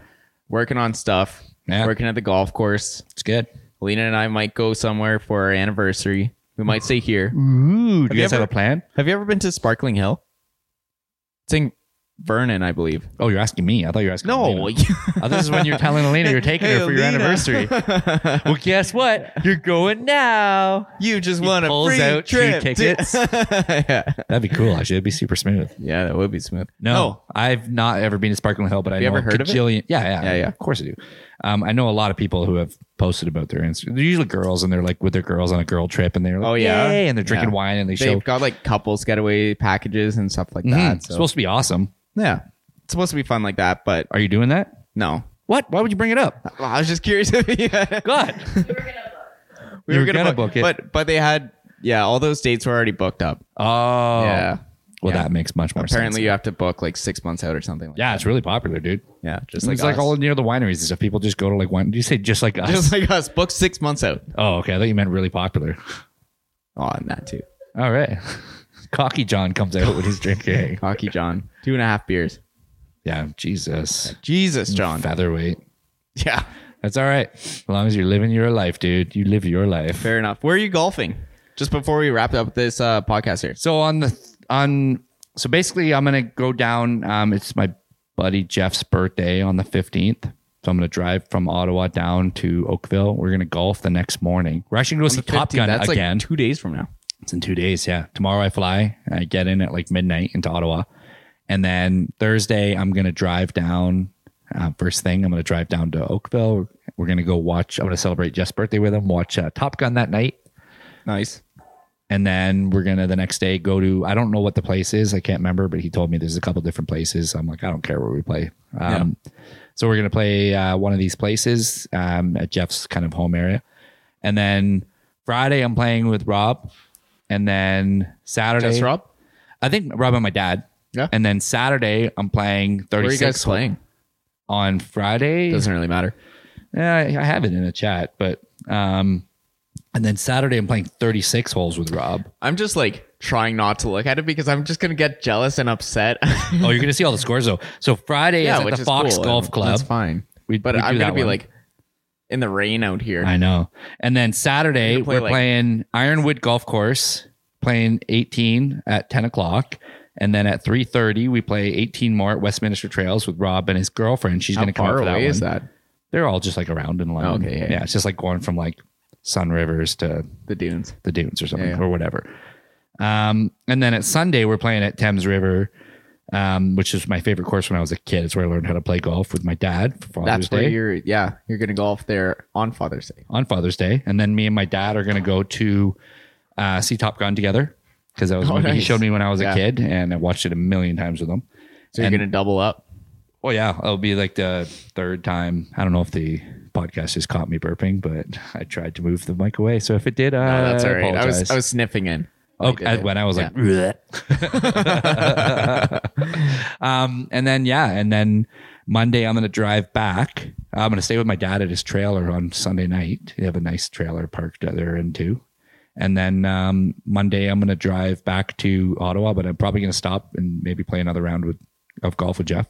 working on stuff, Yeah. working at the golf course. It's good. Lena and I might go somewhere for our anniversary. We might stay here. Ooh, do you you guys ever- have a plan? Have you ever been to Sparkling Hill? It's in Vernon, I believe. Oh, you're asking me. I thought you were asking Elena. Oh, this is when you're telling Elena you're taking her for your anniversary. well, guess what? You're going now. you just He won a pulls free out two trip. to- tickets. yeah. That'd be cool. Actually, it'd be super smooth. yeah, that would be smooth. No, Oh, I've not ever been to Sparkling Hill, but I you know ever heard of it? Kajillion. Yeah, yeah, Yeah, yeah. Of course I do. Um, I know a lot of people who have posted about their Instagram. They're usually girls, and they're like with their girls on a girl trip, and they're like, Oh, yeah? Yay, and they're drinking Yeah. wine, and they they've show. got like couples getaway packages and stuff like Mhm. that. It's So supposed to be awesome. yeah, it's supposed to be fun like that, but Are you doing that? no. What? Why would you bring it up? Well, I was just curious if you had- God. we You were were gonna, gonna book, book it. but but they had yeah, all those dates were already booked up. Oh, Yeah. Well, Yeah. that makes much more sense. Apparently, you have to book like six months out or something. Like yeah, it's really popular, dude. yeah, just like It's like, us. all near the wineries and stuff. People just go to like wine. Do you say just like us? just like us. Book six months out. oh, okay. I thought you meant really popular. Oh, and that too. All right. Cocky John comes out when he's drinking. Cocky John, two and a half beers. Yeah, Jesus. Jesus, John. Featherweight. Yeah, That's all right. As long as you're living your life, dude. You live your life. fair enough. Where are you golfing? Just before we wrap up this uh, podcast here. So on the on so basically I'm gonna go down. Um it's my buddy Jeff's birthday on the fifteenth. So I'm gonna drive from Ottawa down to Oakville. We're gonna golf the next morning. We're actually gonna go see Top 15th, Gun That's again. like two days from now. It's in two days. Yeah. Tomorrow I fly. I get in at like midnight into Ottawa. And then Thursday, I'm going to drive down. Uh, first thing, I'm going to drive down to Oakville. We're going to go watch. I'm going to celebrate Jeff's birthday with him, watch uh, Top Gun that night. Nice. And then we're gonna the next day go to I don't know what the place is. I can't remember, but he told me there's a couple different places. I'm like, I don't care where we play. Um, So we're gonna play uh, one of these places um, at Jeff's kind of home area, and then Friday I'm playing with Rob, and then Saturday Just Rob? I think Rob and my dad. Yeah. And then Saturday I'm playing 36 Where are you guys playing? on Friday. Doesn't really matter. Yeah, I I have it in a chat, but um, and then Saturday I'm playing 36 holes with Rob. I'm just like trying not to look at it because I'm just gonna get jealous and upset. Oh, you're gonna see all the scores though. So Friday is at the Fox cool, Golf and Club. That's fine. We- but we do I'm gonna that be one. like in the rain out here. I know. And then Saturday You play, we're like- playing Ironwood Golf Course, playing 18 at 10 o'clock. And then at 3:30 we play 18 more at Westminster Trails with Rob and his girlfriend. She's How gonna come far up for that away one. is that? They're all just like around in London. Okay, yeah, yeah, it's just like going from like Sun Rivers to The dunes. the dunes or something Yeah, yeah. or whatever. Um, and then at Sunday we're playing at Thames River, um, which is my favorite course when I was a kid. It's where I learned how to play golf with my dad for Father's That's where Day you're. Yeah, you're gonna golf there on Father's Day. on Father's Day. And then me and my dad are gonna go to uh, see Top Gun together because that was a Oh, movie he nice. showed me when I was Yeah. a kid, and I watched it a million times with him. So you're And- gonna double up. Oh yeah, it'll be like the third time. I don't know if the podcast just caught me burping, but I tried to move the mic away. So if it did, uh, No, Oh, that's all I right. I was apologize. Oh, I was sniffing in. uh, Okay, I did it. when I was like, "Bleh." um, and then yeah, and then Monday I'm gonna drive back. I'm gonna stay with my dad at his trailer on Sunday night. They have a nice trailer parked out there in too. And then um, Monday I'm gonna drive back to Ottawa, but I'm probably gonna stop and maybe play another round with of golf with Jeff.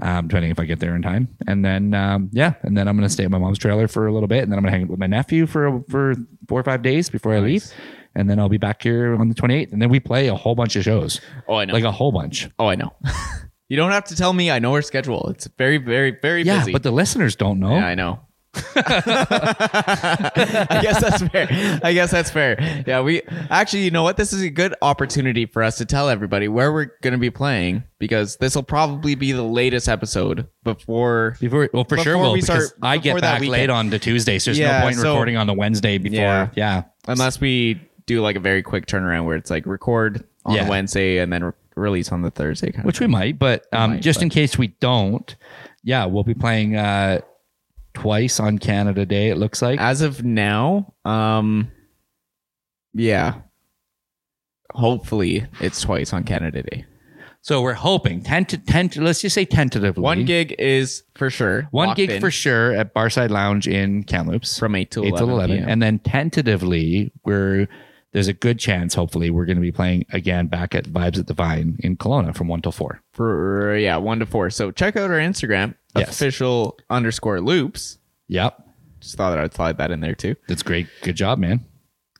Um, depending if I get there in time, and then um, yeah, and then I'm gonna stay at my mom's trailer for a little bit, and then I'm gonna hang out with my nephew for for four or five days before I leave, and then I'll be back here on the 28th, and then we play a whole bunch of shows, Oh, I know. like a whole bunch. oh, I know. you don't have to tell me. I know our schedule. It's very, very, very Yeah, busy. but the listeners don't know. yeah, I know. I guess that's fair. I guess that's fair. Yeah, we actually, you know what? This is a good opportunity for us to tell everybody where we're going to be playing because this will probably be the latest episode before. Before, well, for sure, Before will we because start- I get before that back weekend. late on to Tuesday, so there's Yeah, no point in so- recording on the Wednesday before. Yeah, Yeah. Unless we do like a very quick turnaround where it's like record on Yeah. the Wednesday and then re- release on the Thursday. Kind which we might, but um, might, just in case we don't, yeah, we'll be playing uh, twice on Canada Day. It looks like as of now um yeah hopefully it's twice on canada day so. We're hoping ten to ten. let's just say tentatively one gig is for sure one locked gig in for sure at Barside Lounge in Kamloops from 8 to 8 11, till 11 PM. and then tentatively we're there's a good chance hopefully we're going to be playing again back at vibes at the vine in Kelowna from 1 till 4 for yeah 1 to 4 so check out our instagram Yes. official underscore loops yep just thought i'd slide that in there too that's great good job man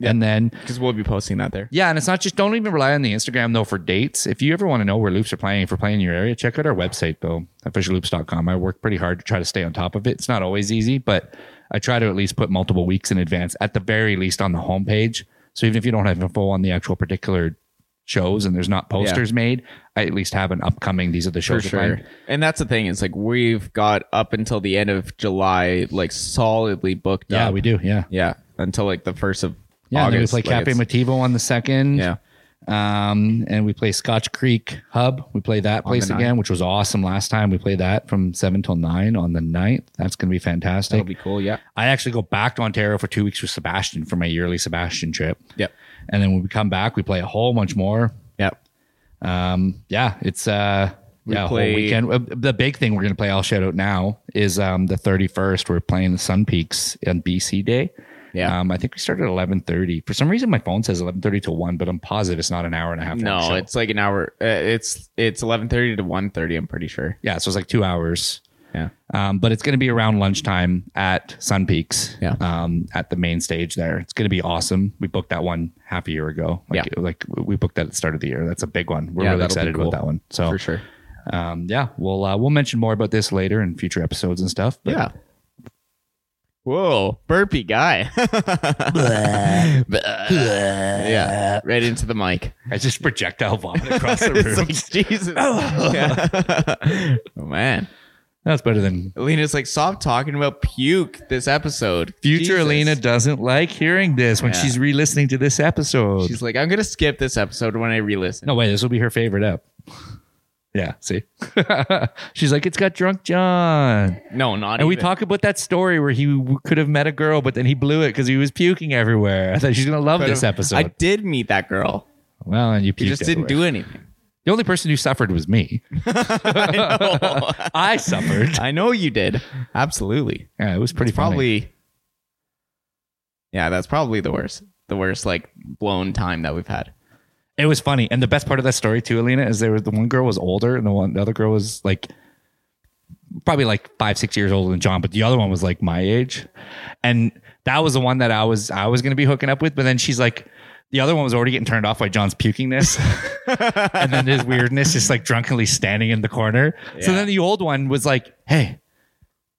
and then because we'll be posting that there yeah and it's not just don't even rely on the instagram though for dates if you ever want to know where loops are playing if we're playing in your area check out our website though officialloops.com i work pretty hard to try to stay on top of it it's not always easy but i try to at least put multiple weeks in advance at the very least on the homepage so even if you don't have info on the actual particular shows and there's not posters made, I at least have an upcoming. These are the for shows. that sure I'm- and that's the thing is like we've got up until the end of july like solidly booked Yeah, up we do. Yeah. yeah until like the first of Yeah. and then we August, play like, Cafe it's- Motivo on the second. yeah Um, and we play Scotch Creek Hub. We play that place the again, which was awesome last time. We play that from seven till nine on the 9th. That's going to be fantastic. That'll be cool. Yeah. I actually go back to Ontario for two weeks with Sebastian for my yearly Sebastian trip. Yep. And then when we come back, we play a whole bunch more. Yep. Um, yeah, it's uh, We yeah, play- whole weekend. Uh, The big thing we're gonna play. I'll shout out now is um the thirty first. We're playing the Sun Peaks on BC Day. Yeah. Um, I think we start at eleven thirty. For some reason, my phone says eleven thirty to one, but I'm positive it's not an hour and a half. no, show. it's like an hour. Uh, it's it's eleven thirty to one thirty. I'm pretty sure. yeah, so it's like two hours. Yeah. Um, but it's going to be around lunchtime at Sun Peaks. Yeah. Um, at the main stage there, it's going to be awesome. We booked that one half a year ago. Like, Like we booked that at the start of the year. That's a big one. We're Yeah, that'll really be excited cool. about that one. So For sure. um, yeah, we'll uh, we'll mention more about this later in future episodes and stuff. But Yeah. Whoa, burpy guy. yeah, right into the mic. I just projectile vomit across the It's room. like, Jesus. Yeah. oh man. That's better than Alina's like, stop talking about puke this episode. future. Jesus. Alina doesn't like hearing this when Yeah. she's re-listening to this episode. She's like, I'm gonna skip this episode when I re-listen. no way, this will be her favorite app. Yeah, see, she's like, it's got drunk John. no, not. And we even. talk about that story where he w- could have met a girl, but then he blew it because he was puking everywhere. I thought she's gonna love Could've- this episode. I did meet that girl. well, and you puked You just didn't everywhere. do anything. The only person who suffered was me. I, suffered. I know you did. Absolutely. Yeah, it was pretty It's funny. probably. Yeah, that's probably the worst. The worst like blown time that we've had. It was funny, and the best part of that story too, Alina, is there was the one girl was older, and the one the other girl was like probably like five six years older than John, but the other one was like my age, and that was the one that I was I was gonna be hooking up with, but then she's like. The other one was already getting turned off by John's pukingness, and then his weirdness, just like drunkenly standing in the corner. So Yeah. then the old one was like, "Hey,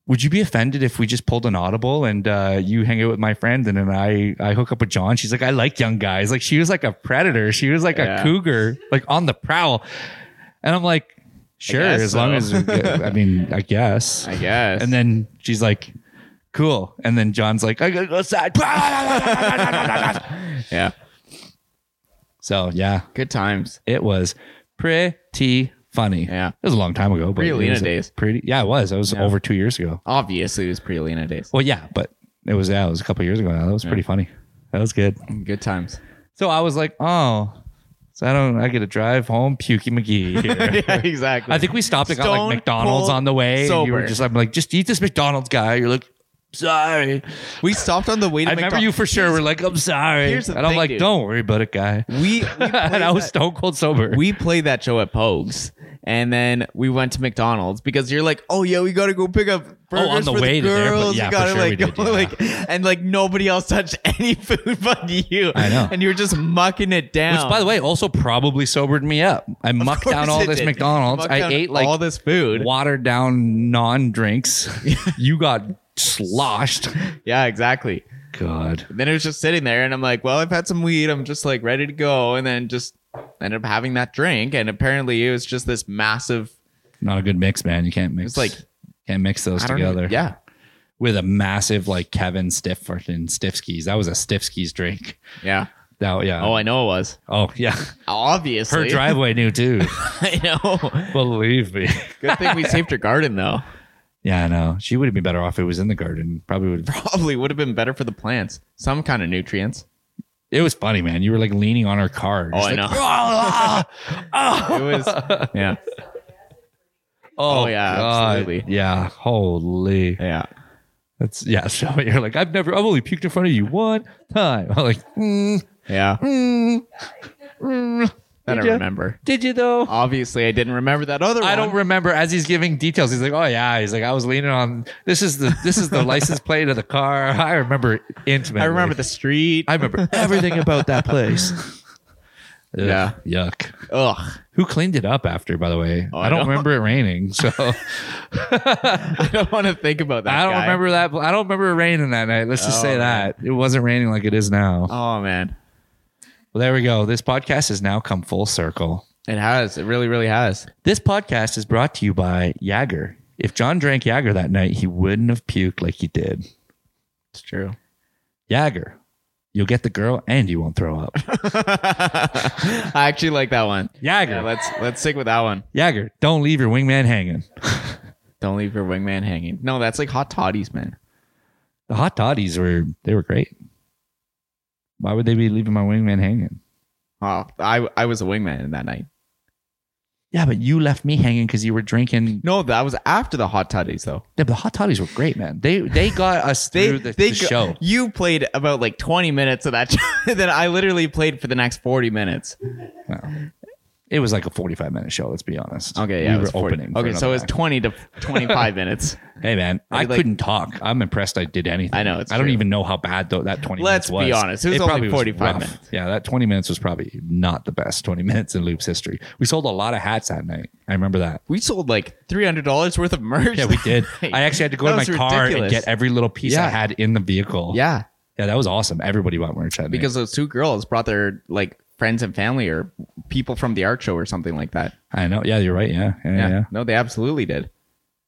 would you be offended if we just pulled an audible and uh, you hang out with my friend and then I I hook up with John? She's like, I like young guys. Like she was like a predator. She was like Yeah. a cougar, like on the prowl. And I'm like, sure, guess as long so. as we get- I mean, I guess. I guess. And then she's like, cool. And then John's like, I gotta go outside. yeah, so yeah, good times. it was pretty funny. Yeah. it was a long time ago, but it Pre-Lena was a days. Pretty, yeah, it was. It was Yeah. over two years ago. Obviously, it was pre Lena days. Well, yeah, but it was yeah, it was a couple years ago now. That was pretty funny. That was good. Good times. So I was like, oh, so I don't, I get to drive home, Pukey McGee. Here. yeah, exactly. I think we stopped and got Stone like McDonald's cold on the way. And you were sober. just I'm like, just eat this McDonald's guy. You're like, sorry. we stopped on the way to I remember McDonald's. you for sure. We're like, I'm sorry. here's the and I'm thing, like, dude. don't worry about it, guy. We, we and I played was stone cold sober. we played that show at Pogues, and then we went to McDonald's because you're like, oh yeah, we gotta go pick up burgers Oh, on the for way the to the airport. girls. Yeah, you for gotta sure we like, did, go, yeah. like, and like nobody else touched any food but you. I know. and you were just mucking it down. which, by the way, also probably sobered me up. I mucked Of course down all it this did. McDonald's. Mucked I down ate like all this food. watered down non drinks. you got sloshed. Yeah, exactly. God. And then it was just sitting there, and I'm like, well, I've had some weed. I'm just like ready to go, and then just ended up having that drink, and apparently it was just this massive. Not a good mix, man. You can't mix It's like- can't mix those I don't together. Know, yeah, With a massive like Kevin Stiff fucking Stiffskis. That was a Stiffskis drink. yeah. That yeah. Oh, I know it was oh yeah. Her obviously driveway knew too. I know. Believe me. Good thing we saved her garden though. Yeah, I know. She would have been better off if it was in the garden. Probably would Probably would have been better for the plants. Some kind of nutrients. it was funny, man. You were like leaning on her car. Oh, I Just like, know. "Ah, ah, ah." It was yeah. Oh, yeah, God. absolutely. Yeah. Holy. Yeah. That's yeah. So you're like, I've never I've only puked in front of you one time. I'm like, mm, Yeah. mm, mm. I Did don't ya? remember. Did you though? Obviously I didn't remember that other I one. don't remember as he's giving details. He's like, "Oh yeah," he's like, "I was leaning on this is the this is the license plate of the car." I remember it intimately. I remember the street. I remember everything about that place. Ugh, Yeah. yuck. Ugh. Who cleaned it up after? By the way, Oh, I I don't don't- remember it raining, so I don't want to think about that. I don't guy. remember that. I don't remember it raining that night. Let's just Oh, say man. that it wasn't raining like it is now. Oh man. Well, there we go. This podcast has now come full circle. It has. It really, really has. This podcast is brought to you by Jagger. If John drank Jagger that night, he wouldn't have puked like he did. It's true. Jagger, you'll get the girl and you won't throw up. I actually like that one. Yeah, Jagger, let's let's stick with that one. Jagger, don't leave your wingman hanging. Don't leave your wingman hanging. No, that's like hot toddies, man. The hot toddies were they were great. Why would they be leaving my wingman hanging? Oh, I I was a wingman in that night. Yeah, but you left me hanging because you were drinking. No, that was after the hot toddies though. Yeah, but the hot toddies were great, man. They they got us They, through the, they the go- show. You played about like 20 minutes of that. then I literally played for the next 40 minutes. It was like a forty-five minute show. Let's be honest. Okay, yeah, we it were was 40. opening. for Okay, so it another was 20 to 25 minutes. Hey man, I like- couldn't talk. I'm impressed I did anything. I know, it's I don't true. even know how bad though that 20 Let's minutes was. be honest, it was only probably 45 rough. minutes. Yeah, that 20 minutes was probably not the best 20 minutes in Loop's history. We sold a lot of hats that night. I remember that. We sold like $300 worth of merch. Yeah, we did. Right. I actually had to go That to was my car and ridiculous. get every little piece I Yeah. had in the vehicle. Yeah, Yeah, that was awesome. Everybody bought merch that night. because those two girls brought their like friends and family or people from the art show or something like that. I know. Yeah, you're right. Yeah. Yeah. yeah. No, they absolutely did.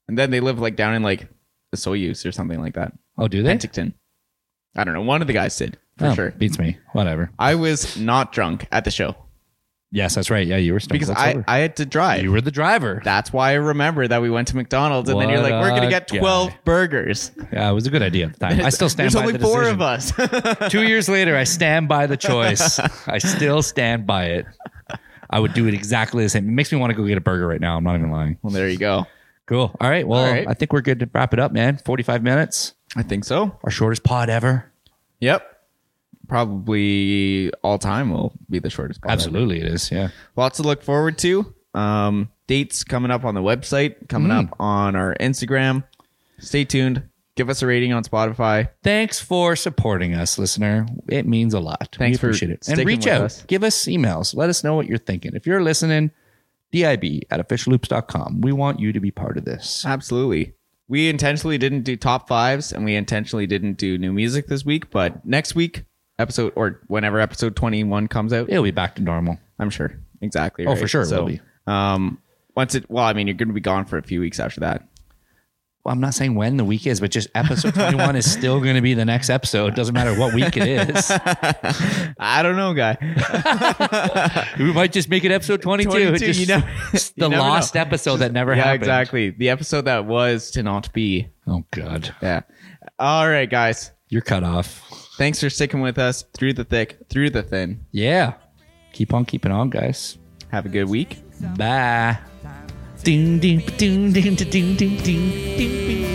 And then they live like down in like the Soyuz or something like that. Oh, do they? Penticton. I don't know. One of the guys did for Oh, sure. Beats me. Whatever. I was not drunk at the show Yes, that's right. Yeah, you were stone because cold I, sober. I had to drive. you were the driver. That's why I remember that we went to McDonald's and then you're What like, we're going a to get 12 guy. burgers. Yeah, it was a good idea at the time. I still stand There's by only the four decision. of us. Two years later, I stand by the choice. I still stand by it. I would do it exactly the same. It makes me want to go get a burger right now. I'm not even lying. well, there you go. Cool. All right. Well, All right. I think we're good to wrap it up, man. 45 minutes. I think so. Our shortest pod ever. Yep. Probably all time will be the shortest. pod ever. Absolutely, it is. Yeah. Lots to look forward to. Um, dates coming up on the website, coming up Mm. on our Instagram. Stay tuned. Give us a rating on Spotify. Thanks for supporting us, listener. It means a lot. Thanks we for appreciate it. And sticking reach with out. us. Give us emails. Let us know what you're thinking. If you're listening, DIB at officialloops.com. We want you to be part of this. Absolutely. We intentionally didn't do top fives and we intentionally didn't do new music this week, but next week, episode or whenever episode 21 comes out, It'll be back to normal. I'm sure. Exactly. Oh, for right. sure it So, will be. Um, once it, well, I mean, you're going to be gone for a few weeks after that. Well, I'm not saying when the week is, but just episode 21 is still going to be the next episode. Doesn't matter what week it is. I don't know, guy. we might just make it episode 22. 22, Just you never- it's the you never lost know. episode that never yeah, happened. exactly. The episode that was to not be. Oh, God. Yeah. All right, guys. You're cut off. Thanks for sticking with us through the thick, through the thin. Yeah. Keep on keeping on, guys. Have a good week. Bye. Ding, ding, ding, ding, ding, ding, ding, ding, ding.